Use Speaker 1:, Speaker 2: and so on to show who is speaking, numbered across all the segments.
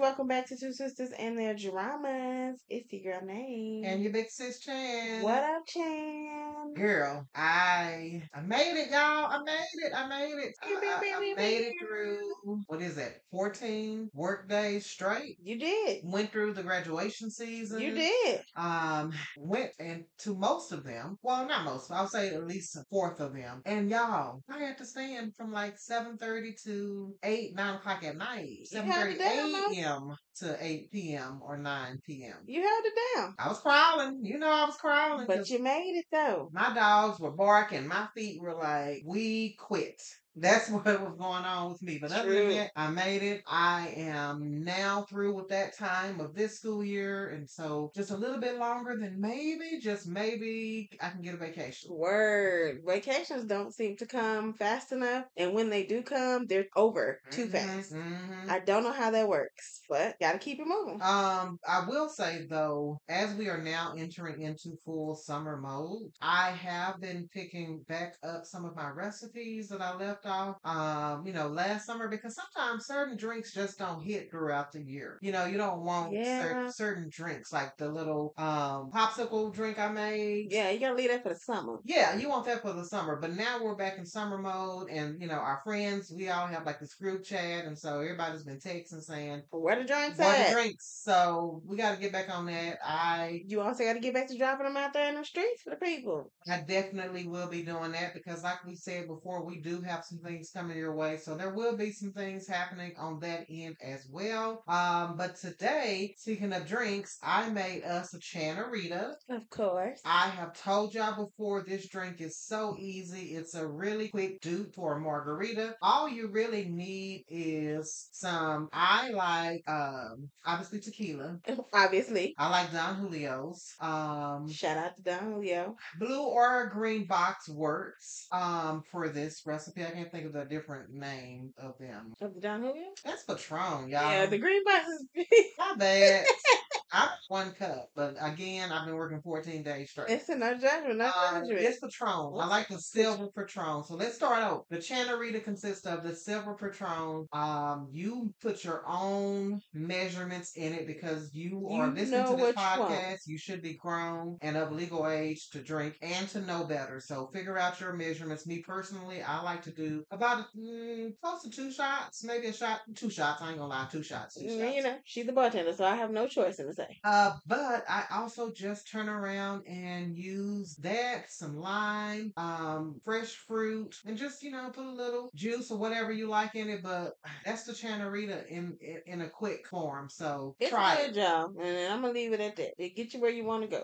Speaker 1: welcome back to Two Sisters and Their Dramas. It's your girl name.
Speaker 2: And your big sis Chan.
Speaker 1: Mm-hmm. What up, Chan?
Speaker 2: Girl, I I made it, y'all. I made it. I made it. I,
Speaker 1: You made-
Speaker 2: I- I
Speaker 1: made-
Speaker 2: made it
Speaker 1: made-
Speaker 2: through. What is that? Fourteen work days straight.
Speaker 1: You did.
Speaker 2: Went through the graduation season.
Speaker 1: You did.
Speaker 2: Um, went and to most of them. Well, not most. I'll say at least a fourth of them. And y'all, I had to stand from like seven thirty to eight, nine o'clock at night.
Speaker 1: You
Speaker 2: Seven
Speaker 1: held
Speaker 2: thirty
Speaker 1: it down, Mo.
Speaker 2: a.m. to eight p.m. or nine p.m.
Speaker 1: You held it down.
Speaker 2: I was crawling. You know, I was crawling. 'cause
Speaker 1: But you made it though.
Speaker 2: my dogs were barking. My feet were like, we quit. That's what was going on with me. But other
Speaker 1: True.
Speaker 2: than that, I made it. I am now through with that time of this school year. And so just a little bit longer than maybe, just maybe I can get a vacation.
Speaker 1: Word. Vacations don't seem to come fast enough. And when they do come, they're over too
Speaker 2: Mhm,
Speaker 1: fast.
Speaker 2: mhm.
Speaker 1: I don't know how that works, but gotta keep it moving.
Speaker 2: Um, I will say though, as we are now entering into full summer mode, I have been picking back up some of my recipes that I left off, um, you know, last summer because sometimes certain drinks just don't hit throughout the year. You know, you don't want
Speaker 1: Yeah.
Speaker 2: cer- certain drinks like the little um popsicle drink I made.
Speaker 1: Yeah, you gotta leave that for the summer.
Speaker 2: Yeah, you want that for the summer, but now we're back in summer mode, and you know our friends, we all have like this group chat, and so everybody's been texting saying,
Speaker 1: Where the drinks
Speaker 2: what
Speaker 1: at?
Speaker 2: drinks. So we got to get back on that. I
Speaker 1: You also gotta get back to dropping them out there in the streets for the people.
Speaker 2: I definitely will be doing that because, like we said before, we do have some things coming your way. So there will be some things happening on that end as well. Um, but today, speaking of drinks, I made us a Chanarita.
Speaker 1: Of course.
Speaker 2: I have told y'all before, this drink is so easy. It's a really quick dupe for a margarita. All you really need is some, I like, um, obviously tequila.
Speaker 1: Obviously.
Speaker 2: I like Don Julio's. Um,
Speaker 1: Shout out to Don Julio.
Speaker 2: blue or green box works um, for this recipe. I can't think of the different name of them.
Speaker 1: Of the Don Julio?
Speaker 2: That's Patron, y'all.
Speaker 1: yeah, the green box is
Speaker 2: My bad. I'm one cup, but again, I've been working 14 days straight.
Speaker 1: it's a no judgment, no
Speaker 2: Uh,
Speaker 1: judgment.
Speaker 2: it's Patron. I
Speaker 1: What's
Speaker 2: like the silver Patron. So let's start out. The Chanarita consists of the silver Patron. Um, you put your own measurements in it because you,
Speaker 1: You
Speaker 2: are listening
Speaker 1: know
Speaker 2: to this
Speaker 1: what you want.
Speaker 2: podcast. You should be grown and of legal age to drink and to know better. So figure out your measurements. Me personally, I like to do about mm, close to two shots, maybe a shot, two shots. I ain't gonna lie, two shots, two shots.
Speaker 1: Mm, you know, she's the bartender, so I have no choice in the say.
Speaker 2: Uh, but I also just turn around and use that, some lime, um, fresh fruit, and just you know put a little juice or whatever you like in it. But that's the chanarita in in, in a quick form. So
Speaker 1: It's
Speaker 2: try
Speaker 1: a
Speaker 2: it.
Speaker 1: good job, and I'm gonna leave it at that. It get you where you want to go.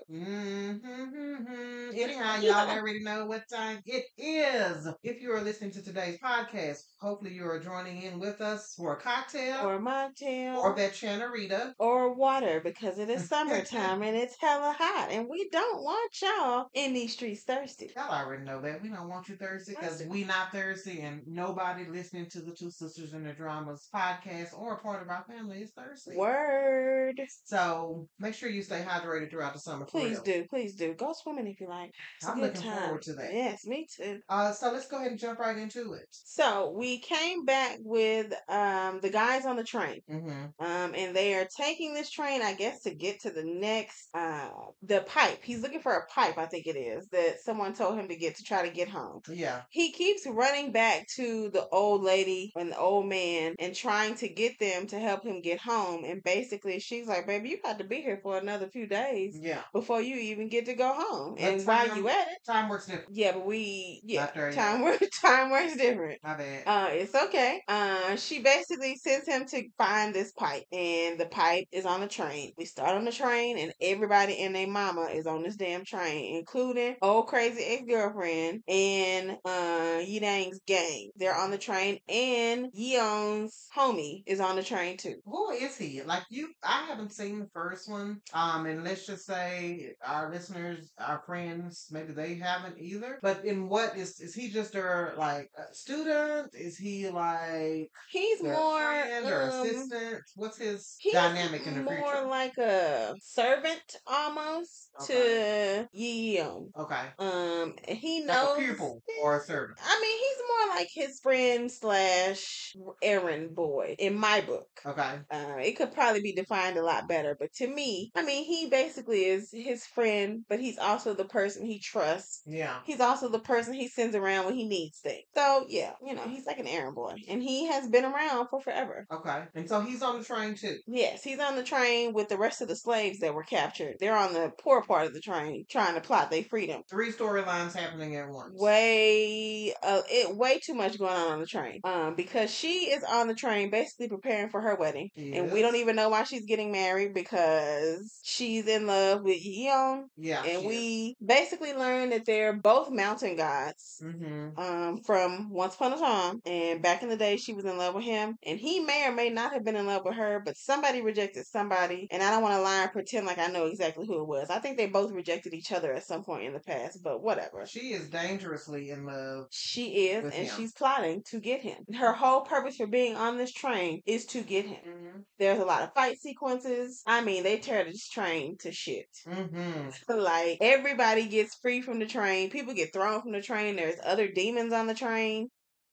Speaker 2: Mm-hmm. Anyhow, y'all already know what time it is. If you are listening to today's podcast, hopefully you are joining in with us for a cocktail
Speaker 1: Or a mocktail,
Speaker 2: or that chanarita.
Speaker 1: or water, because it is summertime and it's hella hot, and we don't want y'all in these streets thirsty.
Speaker 2: Y'all already know that. We don't want you thirsty because
Speaker 1: Thirsty.
Speaker 2: we not thirsty and nobody listening to the Two Sisters in the Dramas podcast or a part of our family is thirsty.
Speaker 1: Word.
Speaker 2: So make sure you stay hydrated throughout the summer. for
Speaker 1: Please
Speaker 2: real.
Speaker 1: do, please do. Go swimming if you like. It's a
Speaker 2: I'm
Speaker 1: good
Speaker 2: looking forward to that.
Speaker 1: Yes, me too.
Speaker 2: Uh, so let's go ahead and jump right into it.
Speaker 1: So we came back with um the guys on the train.
Speaker 2: Mm-hmm.
Speaker 1: Um, and they are taking this train, I guess, to get to the next uh the pipe. He's looking for a pipe, I think it is, that someone told him to get to try to get home.
Speaker 2: Yeah.
Speaker 1: He keeps running back to the old lady and the old man and trying to get them to help him get home. And basically she's like, Baby, you got to be here for another few days
Speaker 2: Yeah.
Speaker 1: before you even get to go home.
Speaker 2: But
Speaker 1: And while
Speaker 2: time-
Speaker 1: you at it
Speaker 2: Time works different.
Speaker 1: Yeah, but we yeah,
Speaker 2: Not there yet.
Speaker 1: time works time works different.
Speaker 2: My bad.
Speaker 1: Uh, it's okay. Uh, she basically sends him to find this pipe, and the pipe is on the train. We start on the train, and everybody and their mama is on this damn train, including old crazy ex girlfriend and uh Yidang's gang. They're on the train, and Yeon's homie is on the train too.
Speaker 2: who is he? Like you, I haven't seen the first one. Um, and let's just say our listeners, our friends, maybe they haven't either. But in what is is he just a like a student? Is he like
Speaker 1: He's
Speaker 2: their
Speaker 1: more
Speaker 2: friend or
Speaker 1: um,
Speaker 2: assistant? What's his
Speaker 1: he's
Speaker 2: dynamic in the
Speaker 1: more
Speaker 2: future?
Speaker 1: like like a servant almost
Speaker 2: Okay.
Speaker 1: to Yim.
Speaker 2: Okay.
Speaker 1: Um, and he
Speaker 2: Like
Speaker 1: knows.
Speaker 2: a pupil or a servant.
Speaker 1: I mean, he's more like his friend slash errand boy in my book.
Speaker 2: Okay.
Speaker 1: Uh, it could probably be defined a lot better, but to me, I mean, he basically is his friend, but he's also the person he trusts
Speaker 2: Yeah.
Speaker 1: He's also the person he sends around when he needs things. So yeah, you know, he's like an errand boy. And he has been around for forever.
Speaker 2: Okay. And so he's on the train too.
Speaker 1: Yes, he's on the train with the rest of the slaves that were captured. They're on the poor part of the train trying to plot their freedom.
Speaker 2: Three storylines happening at once.
Speaker 1: Way uh it way too much going on on the train. Um because she is on the train basically preparing for her wedding. And we
Speaker 2: Yes.
Speaker 1: don't even know why she's getting married because she's in love with Yeon.
Speaker 2: Yeah.
Speaker 1: And we basically learn that they're both mountain gods
Speaker 2: Mm-hmm.
Speaker 1: um, from Once Upon a Time. And back in the day, she was in love with him. And he may or may not have been in love with her, but somebody rejected somebody. And I don't want to lie and pretend like I know exactly who it was. I think they both rejected each other at some point in the past, but whatever.
Speaker 2: She is dangerously in love.
Speaker 1: She is,
Speaker 2: With
Speaker 1: and
Speaker 2: him.
Speaker 1: she's plotting to get him. Her whole purpose for being on this train is to get him.
Speaker 2: Mm-hmm.
Speaker 1: There's a lot of fight sequences. I mean, they tear this train to shit.
Speaker 2: Mm-hmm.
Speaker 1: like, everybody gets free from the train. People get thrown from the train. There's other demons on the train.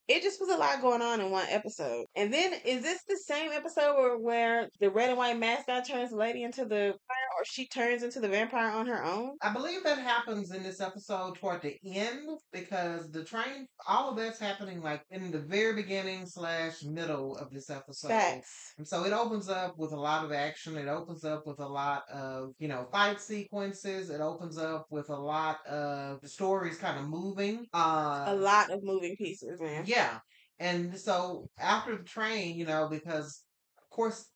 Speaker 1: It just was a lot going on in one episode. And then, is this the same episode where, where the red and white mascot turns the lady into the vampire, or she turns into the vampire on her own?
Speaker 2: I believe that happens in this episode toward the end because the train, all of that's happening like in the very beginning slash middle of this episode.
Speaker 1: Facts.
Speaker 2: And so it opens up with a lot of action. It opens up with a lot of, you know, fight sequences. It opens up with a lot of the stories kind of moving. Uh,
Speaker 1: A lot of moving pieces, man.
Speaker 2: Yeah. And so after the train, you know, because of course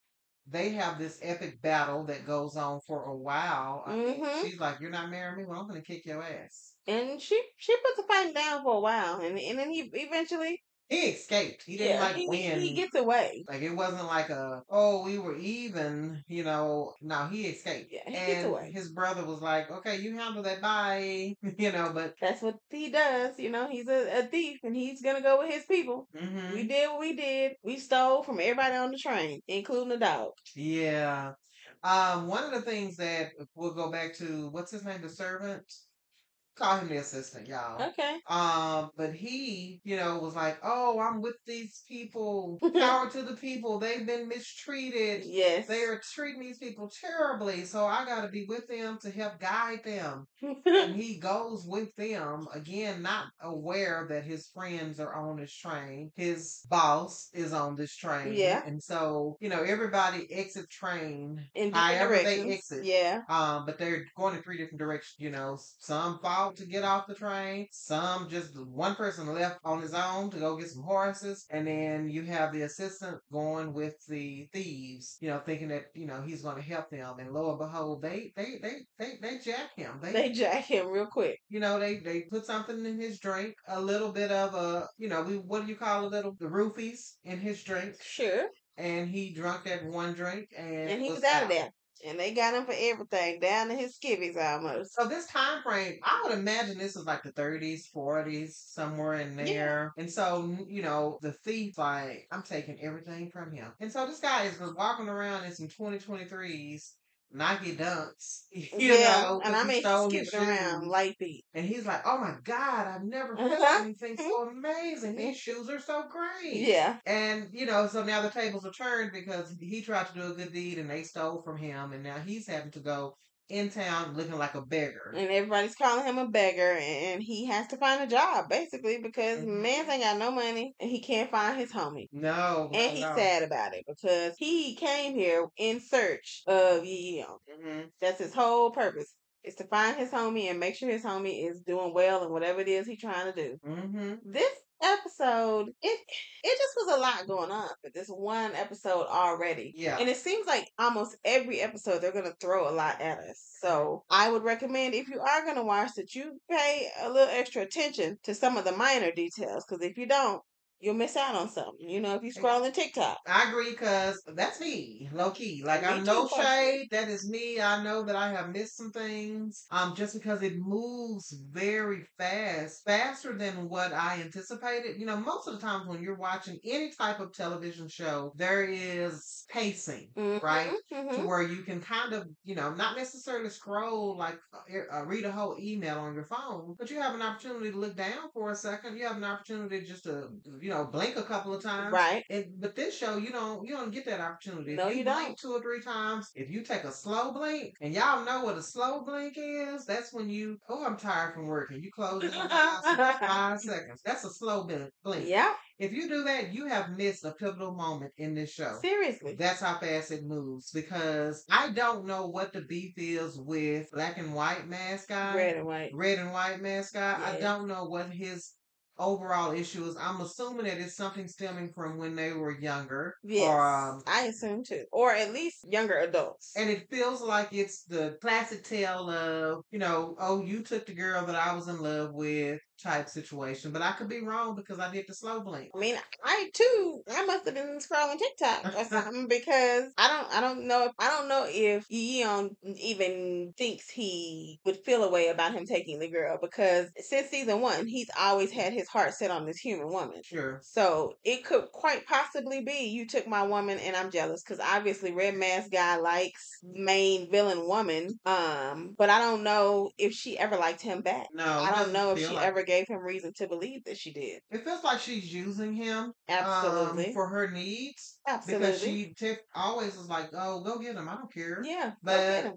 Speaker 2: they have this epic battle that goes on for a while. I mean,
Speaker 1: Mhm.
Speaker 2: she's like, You're not marrying me? Well, I'm going to kick your ass.
Speaker 1: And she she puts the fight down for a while, and and then he eventually
Speaker 2: He escaped. He didn't
Speaker 1: yeah,
Speaker 2: like
Speaker 1: he,
Speaker 2: win.
Speaker 1: he gets away.
Speaker 2: like it wasn't like a oh we were even you know no he escaped
Speaker 1: Yeah, he
Speaker 2: and
Speaker 1: gets away.
Speaker 2: his brother was like okay you handle that bye you know but
Speaker 1: That's what he does. You know, he's a, a thief, and he's gonna go with his people.
Speaker 2: mhm.
Speaker 1: We did what we did. We stole from everybody on the train, including the dog.
Speaker 2: Yeah. Um, one of the things that we'll go back to, what's his name, the servant? Call him the assistant, y'all.
Speaker 1: Okay.
Speaker 2: Um, but he, you know, was like, Oh, I'm with these people. Power to the people. They've been mistreated.
Speaker 1: Yes.
Speaker 2: They are treating these people terribly. So I gotta be with them to help guide them.
Speaker 1: They're
Speaker 2: And he goes with them, again, not aware that his friends are on this train. His boss is on this train.
Speaker 1: Yeah.
Speaker 2: And so, you know, everybody exit train
Speaker 1: in different
Speaker 2: However they
Speaker 1: directions.
Speaker 2: exit.
Speaker 1: Yeah.
Speaker 2: um, but they're going in three different directions. You know, some fall to get off the train, some just one person left on his own to go get some horses, and then you have the assistant going with the thieves. You know, thinking that you know he's going to help them, and lo and behold, they they they they they jack him. They,
Speaker 1: They jack him real quick.
Speaker 2: you know they they put something in his drink, a little bit of a you know we what do you call a little the roofies in his drink,
Speaker 1: Sure.
Speaker 2: and he drunk that one drink, and
Speaker 1: And he was out of there. And they got him for everything, down to his skivvies almost.
Speaker 2: So this time frame, I would imagine this is like the 30s, 40s, somewhere in
Speaker 1: Yeah.
Speaker 2: there. And so, you know, the thief, like, I'm taking everything from him. And so this guy is just walking around in some 2023s, Nike dunks, you
Speaker 1: yeah.
Speaker 2: know,
Speaker 1: and
Speaker 2: 'cause
Speaker 1: I
Speaker 2: he
Speaker 1: mean,
Speaker 2: stole
Speaker 1: he's
Speaker 2: his
Speaker 1: skipping around
Speaker 2: shoes.
Speaker 1: light feet.
Speaker 2: And he's like, oh my God, I've never felt
Speaker 1: Uh-huh. Mm-hmm.
Speaker 2: anything so amazing. These shoes are so great.
Speaker 1: Yeah.
Speaker 2: And you know, so now the tables are turned because he tried to do a good deed and they stole from him, and now he's having to go in town looking like a beggar.
Speaker 1: And everybody's calling him a beggar, and he has to find a job basically because
Speaker 2: Mhm.
Speaker 1: man's ain't got no money and he can't find his homie.
Speaker 2: No,
Speaker 1: And he's sad about it because he came here in search of Yeon.
Speaker 2: hmm
Speaker 1: That's his whole purpose is to find his homie and make sure his homie is doing well and whatever it is he's trying to do.
Speaker 2: hmm
Speaker 1: This episode, it it just was a lot going on for this one episode already.
Speaker 2: Yeah.
Speaker 1: And it seems like almost every episode they're gonna throw a lot at us. So I would recommend if you are gonna watch that you pay a little extra attention to some of the minor details because if you don't, you'll miss out on something. You know, if you scrolling TikTok.
Speaker 2: I agree, cause that's me, low key. Like
Speaker 1: Me
Speaker 2: I'm
Speaker 1: too,
Speaker 2: no
Speaker 1: Porsha.
Speaker 2: shade. That is me. I know that I have missed some things. Um, just because it moves very fast, faster than what I anticipated. You know, most of the times when you're watching any type of television show, there is pacing, right?
Speaker 1: Mhm,
Speaker 2: to where you can kind of, you know, not necessarily scroll like uh, uh, read a whole email on your phone, but you have an opportunity to look down for a second. You have an opportunity just to, you know, blink a couple of
Speaker 1: mhm.
Speaker 2: times.
Speaker 1: Right.
Speaker 2: And, but this show, you don't you don't get that opportunity. If
Speaker 1: No, you
Speaker 2: blink
Speaker 1: don't.
Speaker 2: two or three times. If you take a slow blink, and y'all know what a slow blink is, that's when you oh I'm tired from work, and you close your eyes for five seconds. That's a slow blink. blink.
Speaker 1: Yeah.
Speaker 2: If you do that, you have missed a pivotal moment in this show.
Speaker 1: Seriously.
Speaker 2: That's how fast it moves because I don't know what the beef is with black and white mascot,
Speaker 1: Red and white.
Speaker 2: red and white mascot. I
Speaker 1: Yes.
Speaker 2: don't know what his overall issue is. I'm assuming that it's something stemming from when they were younger.
Speaker 1: Yes.
Speaker 2: Or, um,
Speaker 1: I assume too. Or at least younger adults.
Speaker 2: and it feels like it's the classic tale of, you know, oh, you took the girl that I was in love with type situation. But I could be wrong because I did the slow blink.
Speaker 1: I mean, I too, I must have been scrolling TikTok or something because I don't, I don't know, if, I don't know if Yeon even thinks he would feel a way about him taking the girl because since season one, he's always had his heart set on this human woman.
Speaker 2: Sure.
Speaker 1: So it could quite possibly be you took my woman and I'm jealous because obviously Red Mask guy likes main villain woman. Um, but I don't know if she ever liked him back.
Speaker 2: No,
Speaker 1: I
Speaker 2: it
Speaker 1: don't
Speaker 2: doesn't
Speaker 1: know if
Speaker 2: feel
Speaker 1: she
Speaker 2: like-
Speaker 1: ever gave him reason to believe that she did.
Speaker 2: It feels like she's using him
Speaker 1: Absolutely.
Speaker 2: um, for her needs
Speaker 1: Absolutely.
Speaker 2: because she tip always is like, "Oh, go get him. I don't care.
Speaker 1: yeah. go
Speaker 2: but
Speaker 1: get him.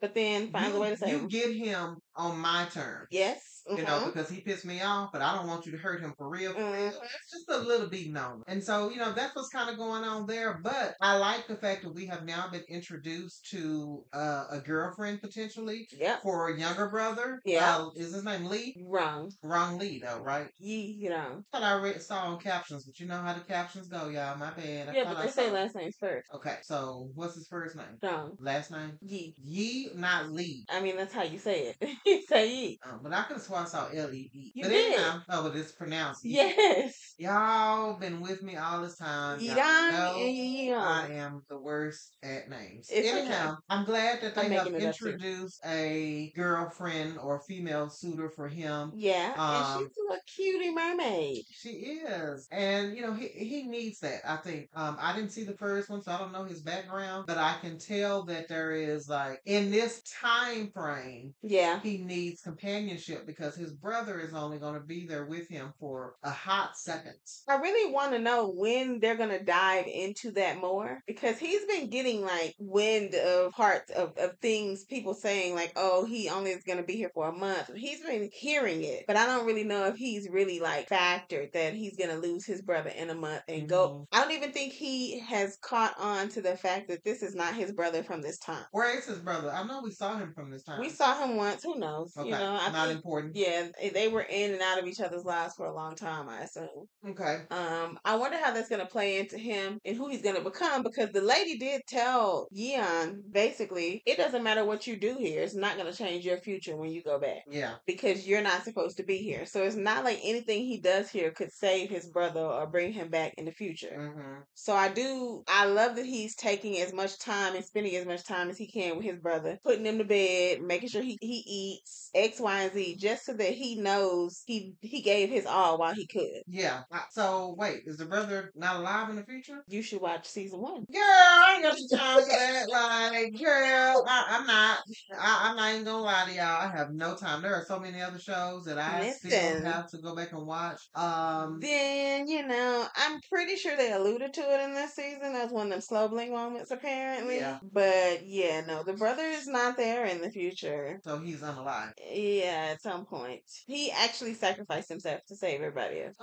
Speaker 1: but then finds
Speaker 2: you,
Speaker 1: a way to save
Speaker 2: you
Speaker 1: him.
Speaker 2: get him on my terms.
Speaker 1: Yes.
Speaker 2: You know,
Speaker 1: mhm,
Speaker 2: because he pissed me off, but I don't want you to hurt him for real. for real.
Speaker 1: mhm.
Speaker 2: It's just a little beating on him. And so, you know, that's what's kind of going on there. But I like the fact that we have now been introduced to uh, a girlfriend potentially
Speaker 1: Yep.
Speaker 2: for a younger brother.
Speaker 1: Yeah.
Speaker 2: Uh, is his name Lee?
Speaker 1: Wrong.
Speaker 2: Wrong Lee, though, right?
Speaker 1: Ye wrong.
Speaker 2: thought I read saw on captions, but you know how the captions go, y'all. My bad. I
Speaker 1: Yeah,
Speaker 2: thought
Speaker 1: but
Speaker 2: I
Speaker 1: they say
Speaker 2: saw-
Speaker 1: last names first.
Speaker 2: Okay, so what's his first name?
Speaker 1: Wrong.
Speaker 2: Last name?
Speaker 1: Ye.
Speaker 2: Ye, not Lee.
Speaker 1: I mean, that's how you say it. you say ye.
Speaker 2: Um, but I could have sworn I saw L E E.
Speaker 1: You
Speaker 2: But
Speaker 1: did.
Speaker 2: anyhow, oh, but it's pronounced. Ye.
Speaker 1: Yes.
Speaker 2: Y'all been with me all this time. Y'all
Speaker 1: Yidong
Speaker 2: know
Speaker 1: and Yeon.
Speaker 2: uh, I am the worst at names.
Speaker 1: It's okay.
Speaker 2: Anyhow, I'm glad that
Speaker 1: I'm
Speaker 2: they have
Speaker 1: making it up too.
Speaker 2: introduced a girlfriend or female suitor for him.
Speaker 1: yeah, and
Speaker 2: Um,
Speaker 1: she's a cutie mermaid.
Speaker 2: She is. And you know, he he needs that, I think. Um I didn't see the first one, so I don't know his background, but I can tell that there is like in this time frame,
Speaker 1: Yeah,
Speaker 2: he needs companionship because his brother is only going to be there with him for a hot second.
Speaker 1: I really want to know when they're gonna dive into that more because he's been getting like wind of parts of, of things people saying like, oh, he only is gonna be here for a month. He's been hearing it, but I don't really know if he's really like factored that he's gonna lose his brother in a month and
Speaker 2: Mhm.
Speaker 1: go. I don't even think he has caught on to the fact that this is not his brother from this time.
Speaker 2: Where is his brother? I know we saw him from this time.
Speaker 1: We saw him once. Who knows?
Speaker 2: Uh-huh. okay,
Speaker 1: You know, I
Speaker 2: not
Speaker 1: think
Speaker 2: important.
Speaker 1: yeah, they- they were in and out of each other's lives for a long time. I assume.
Speaker 2: Okay.
Speaker 1: Um, I wonder how that's gonna play into him and who he's gonna become because the lady did tell Yeon basically it doesn't matter what you do here, it's not gonna change your future when you go back
Speaker 2: Yeah.
Speaker 1: because you're not supposed to be here. So it's not like anything he does here could save his brother or bring him back in the future.
Speaker 2: hmm
Speaker 1: So I do I love that he's taking as much time and spending as much time as he can with his brother, putting him to bed, making sure he, he eats X, Y, and Z just so that he knows he he gave his all while he could.
Speaker 2: Yeah. I- So wait, is the brother not alive in the future?
Speaker 1: You should watch season one.
Speaker 2: Girl, I ain't got the time for that. Like, girl, I, I'm not. I, I'm not even gonna lie to y'all. I have no time. There are so many other shows that I still
Speaker 1: Listen.
Speaker 2: have to go back and watch. Um,
Speaker 1: Then, you know, I'm pretty sure they alluded to it in this season as one of them slow blink moments, apparently.
Speaker 2: Yeah.
Speaker 1: But yeah, no, the brother is not there in the future.
Speaker 2: so he's unalive.
Speaker 1: Yeah, at some point. He actually sacrificed himself to save everybody else.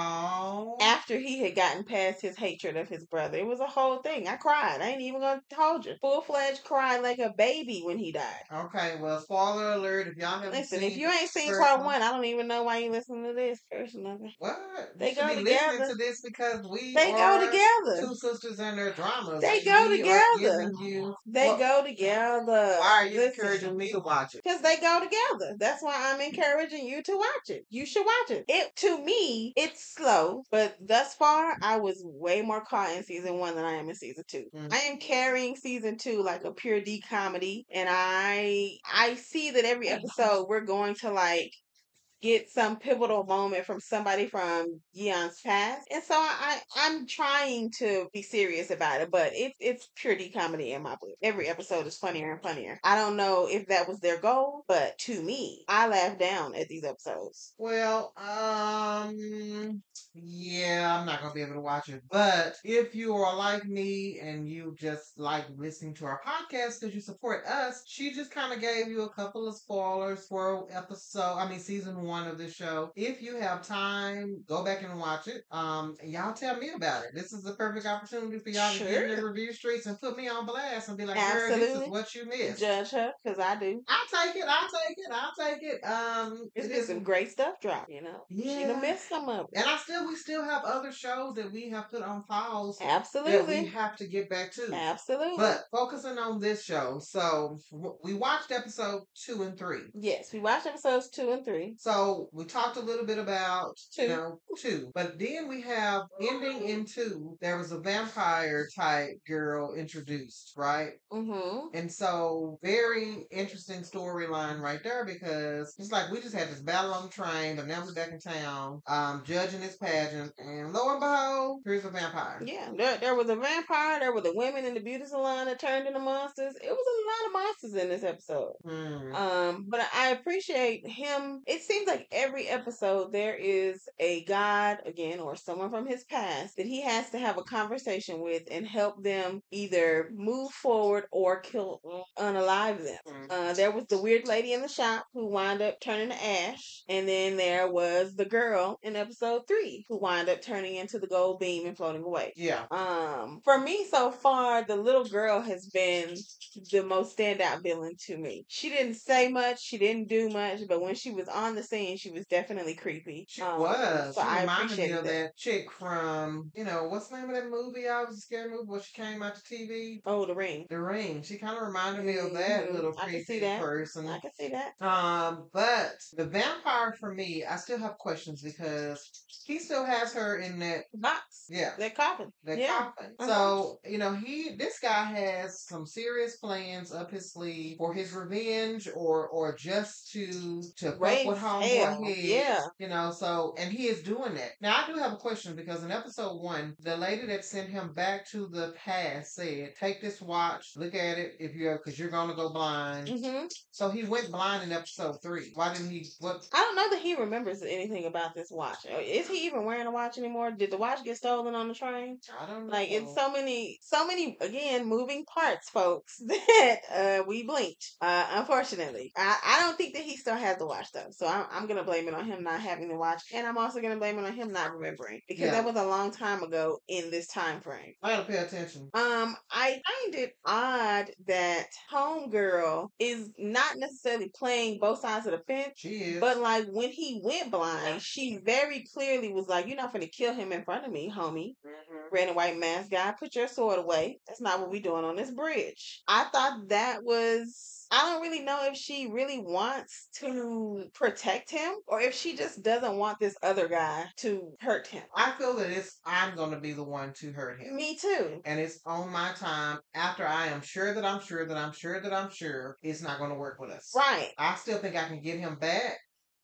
Speaker 2: Oh,
Speaker 1: After he had gotten past his hatred of his brother, it was a whole thing. I cried. I ain't even gonna hold you. Full fledged cried like a baby when he died.
Speaker 2: okay. Well, spoiler alert. If y'all haven't
Speaker 1: Listen,
Speaker 2: seen,
Speaker 1: if you ain't seen
Speaker 2: first
Speaker 1: part
Speaker 2: one-
Speaker 1: one, I don't even know why you listen to this personally.
Speaker 2: what
Speaker 1: They
Speaker 2: you should
Speaker 1: go
Speaker 2: be listening
Speaker 1: together.
Speaker 2: to this because we
Speaker 1: They
Speaker 2: are
Speaker 1: go together.
Speaker 2: two sisters and their dramas.
Speaker 1: They
Speaker 2: and
Speaker 1: go
Speaker 2: we are
Speaker 1: together.
Speaker 2: giving you
Speaker 1: They
Speaker 2: Well-
Speaker 1: go together. Love.
Speaker 2: Why are you
Speaker 1: listen.
Speaker 2: encouraging me to watch it?
Speaker 1: Because they go together. That's why I'm encouraging you to watch it. You should watch it. It to me, it's slow, but thus far, I was way more caught in season one than I am in season two.
Speaker 2: Mm.
Speaker 1: I am carrying season two like a pure D comedy, and I I see that every episode we're going to like get some pivotal moment from somebody from Yeon's past. And so I, I I'm trying to be serious about it, but it, it's purity comedy in my book. Every episode is funnier and funnier. I don't know if that was their goal, but to me, I laugh down at these episodes.
Speaker 2: Well, um, yeah, I'm not gonna be able to watch it. But if you are like me and you just like listening to our podcast because you support us, she just kind of gave you a couple of spoilers for episode. I mean, season one of the show. If you have time, go back and watch it. Um, and y'all tell me about it. This is the perfect opportunity for y'all to get in the
Speaker 1: Sure.
Speaker 2: review streets and put me on blast and be like, "Girl, this is
Speaker 1: Absolutely.
Speaker 2: what you missed."
Speaker 1: Judge her, because I do.
Speaker 2: I'll take it. I'll take it. I'll take it. Um,
Speaker 1: There's
Speaker 2: it
Speaker 1: been
Speaker 2: is-
Speaker 1: some great stuff dropped, you know? She
Speaker 2: Yeah.
Speaker 1: done missed some of it.
Speaker 2: And I still, we still have other shows that we have put on pause that we
Speaker 1: Absolutely.
Speaker 2: have to get back to.
Speaker 1: Absolutely.
Speaker 2: But focusing on this show, so w- we watched episode two and three.
Speaker 1: yes, we watched episodes two and three.
Speaker 2: So we talked a little bit about
Speaker 1: Two. Oh.
Speaker 2: you know two, but then we have ending in two. There was a vampire type girl introduced, right?
Speaker 1: Mm-hmm.
Speaker 2: And so, very interesting storyline right there because it's like we just had this battle on the train, but now we're back in town, um, judging this pageant, and lo and behold, here's a vampire.
Speaker 1: Yeah, there, there was a vampire. There were the women in the beauty salon that turned into monsters. It was a lot of monsters in this episode.
Speaker 2: Hmm.
Speaker 1: Um, but I appreciate him. It seems like every episode there is a god again or someone from his past that he has to have a conversation with and help them either move forward or kill unalive them.
Speaker 2: Mm.
Speaker 1: Uh, there was the weird lady in the shop who wound up turning to ash, and then there was the girl in episode three who wound up turning into the gold beam and floating away.
Speaker 2: Yeah.
Speaker 1: Um, for me so far, the little girl has been the most standout villain to me. She didn't say much, she didn't do much, but when she was on the scene, she was definitely creepy.
Speaker 2: She
Speaker 1: Um,
Speaker 2: was.
Speaker 1: So
Speaker 2: she
Speaker 1: I
Speaker 2: reminded me
Speaker 1: appreciated
Speaker 2: of
Speaker 1: that.
Speaker 2: that chick from, you know, what's the name of that movie? I was a scary movie where she came out to TV.
Speaker 1: Oh, the ring.
Speaker 2: The Ring. She kind of reminded me of that
Speaker 1: Mhm.
Speaker 2: little
Speaker 1: I can see
Speaker 2: creepy
Speaker 1: that.
Speaker 2: person.
Speaker 1: I can see that.
Speaker 2: Um, but the vampire for me, I still have questions because he still has her in that.
Speaker 1: Box.
Speaker 2: Yeah.
Speaker 1: They're coughing.
Speaker 2: the
Speaker 1: yeah.
Speaker 2: coffin.
Speaker 1: Uh-huh.
Speaker 2: So, you know, he this guy has some serious plans up his sleeve for his revenge or or just to to fuck
Speaker 1: Raise
Speaker 2: with homeboy
Speaker 1: hell.
Speaker 2: head.
Speaker 1: Yeah.
Speaker 2: You know, so and he is doing that. Now I do have a question because in episode one, the lady that sent him back to the past said, Take this watch, look at it if you're because you're gonna go blind.
Speaker 1: hmm
Speaker 2: So he went blind in episode three. Why didn't he what
Speaker 1: I don't know that he remembers anything about this watch. Uh, Is he even wearing a watch anymore? Did the watch get stolen on the train?
Speaker 2: I don't know.
Speaker 1: Like it's so many, so many again moving parts, folks. That uh, we blinked. Uh, unfortunately, I, I don't think that he still has the watch though. So I'm, I'm gonna blame it on him not having the watch, and I'm also gonna blame it on him not remembering because
Speaker 2: Yeah.
Speaker 1: that was a long time ago in this time frame.
Speaker 2: I gotta pay attention.
Speaker 1: Um, I find it odd that Homegirl is not necessarily playing both sides of the fence.
Speaker 2: She is
Speaker 1: But like when he went blind, she very clearly was like, "You're not gonna kill him in front of me, homie."
Speaker 2: Mhm.
Speaker 1: Red and white mask guy, put your sword away. That's not what we doing on this bridge. I thought that was. I don't really know if she really wants to protect him or if she just doesn't want this other guy to hurt him.
Speaker 2: I feel that it's I'm gonna be the one to hurt him.
Speaker 1: Me too.
Speaker 2: and it's on my time after I am sure that I'm sure that I'm sure that I'm sure it's not going to work with us.
Speaker 1: Right.
Speaker 2: I still think I can get him back.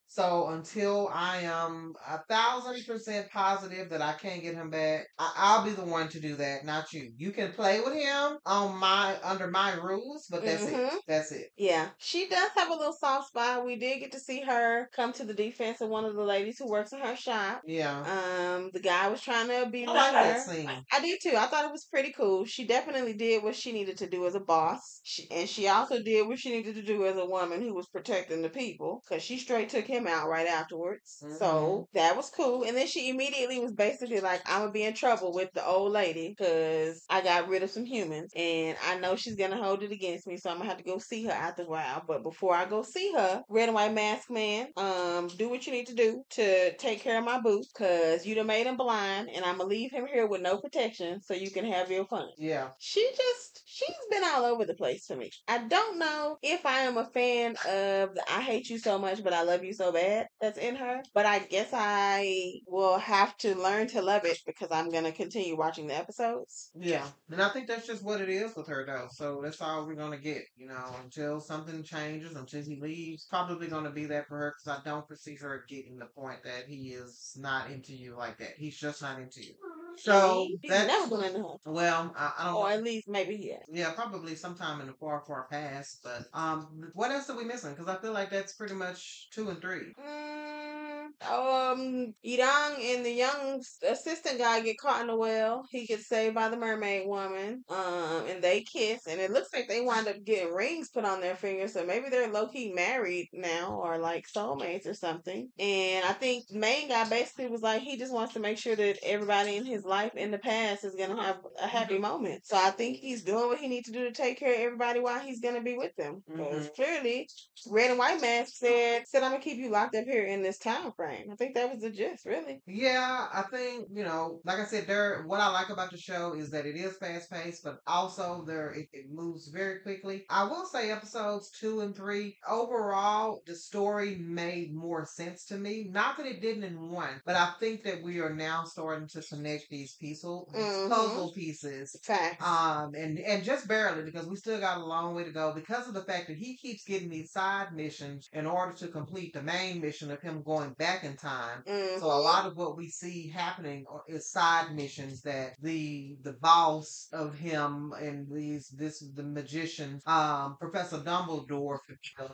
Speaker 2: So until I am a thousand percent positive that I can't get him back, I- I'll be the one to do that, not you. You can play with him on my under my rules, but that's it.
Speaker 1: Mhm.
Speaker 2: That's it.
Speaker 1: Yeah, she does have a little soft spot. We did get to see her come to the defense of one of the ladies who works in her shop.
Speaker 2: Yeah.
Speaker 1: Um, the guy was trying to abuse
Speaker 2: Oh, I like
Speaker 1: her.
Speaker 2: that scene.
Speaker 1: I did too. I thought it was pretty cool. She definitely did what she needed to do as a boss, she, and she also did what she needed to do as a woman who was protecting the people. Cause she straight took him him out right afterwards. So that was cool. And then she immediately was basically like, I'm gonna be in trouble with the old lady because I got rid of some humans and I know she's gonna hold it against me, so I'm gonna have to go see her after a while. But before I go see her, red and white mask man, um, do what you need to do to take care of my boo, cause you done made him blind and I'm gonna leave him here with no protection so you can have your fun.
Speaker 2: Yeah.
Speaker 1: She just she's been all over the place for me. I don't know if I am a fan of the I hate you so much but I love you so bad that's in her, but I guess I will have to learn to love it because I'm going to continue watching the episodes.
Speaker 2: Yeah. And I think that's just what it is with her though. So that's all we're gonna get, you know, until something changes, until he leaves. Probably gonna be that for her because I don't foresee her getting the point that he is not into you like that. He's just not into you. So
Speaker 1: He- he's
Speaker 2: that's
Speaker 1: never going to know.
Speaker 2: well, I, Oh, I don't
Speaker 1: Or
Speaker 2: know.
Speaker 1: at least maybe he has.
Speaker 2: Yeah, probably sometime in the far, far past. But um, what else are we missing? Because I feel like that's pretty much two and three.
Speaker 1: Mm, um, Yidong and the young s- assistant guy get caught in the well. He gets saved by the mermaid woman. Um, and they kiss, and it looks like they wind up getting rings put on their fingers. So maybe they're low key married now, or like soulmates or something. And I think main guy basically was like he just wants to make sure that everybody in his life in the past is gonna have a happy moment. So I think he's doing what he needs to do to take care of everybody while he's gonna be with them. Because clearly Red and White Mask said, said I'm gonna keep you locked up here in this time frame. I think that was the gist, really.
Speaker 2: Yeah, I think, you know, like I said, there what I like about the show is that it is fast paced, but also there it, it moves very quickly. I will say episodes two and three, overall the story made more sense to me. Not that it didn't in one, but I think that we are now starting to connect these pieces these
Speaker 1: Mhm.
Speaker 2: puzzle pieces
Speaker 1: Facts.
Speaker 2: um and and just barely because we still got a long way to go because of the fact that he keeps getting these side missions in order to complete the main mission of him going back in time
Speaker 1: Mhm.
Speaker 2: so a lot of what we see happening are- is side missions that the the boss of him and these this the magician um professor dumbledore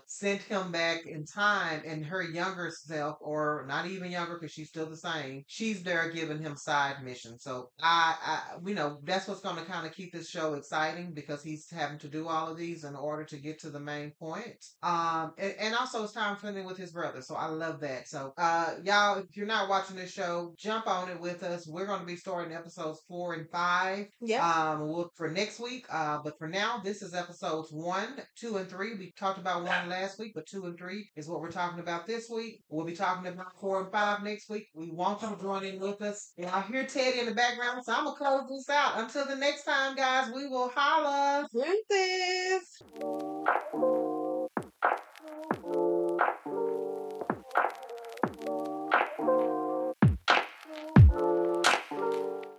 Speaker 2: sent him back in time and her younger self or not even younger because she's still the same she's there giving him side missions so i i you know that's what's going to kind of keep this show exciting because he's having to do all of these in order to get to the main point um and, and also it's time spending with his brother so i love that so uh y'all if you're not watching this show jump on it with us we're going to be starting episodes four and five
Speaker 1: Yeah.
Speaker 2: um we'll, for next week uh but for now this is episodes one two and three we talked about one last week but two and three is what we're talking about this week we'll be talking about four and five next week we want you to join in with us and i hear teddy in the background so i'm gonna close this out until the next time guys we will holla
Speaker 1: Princess.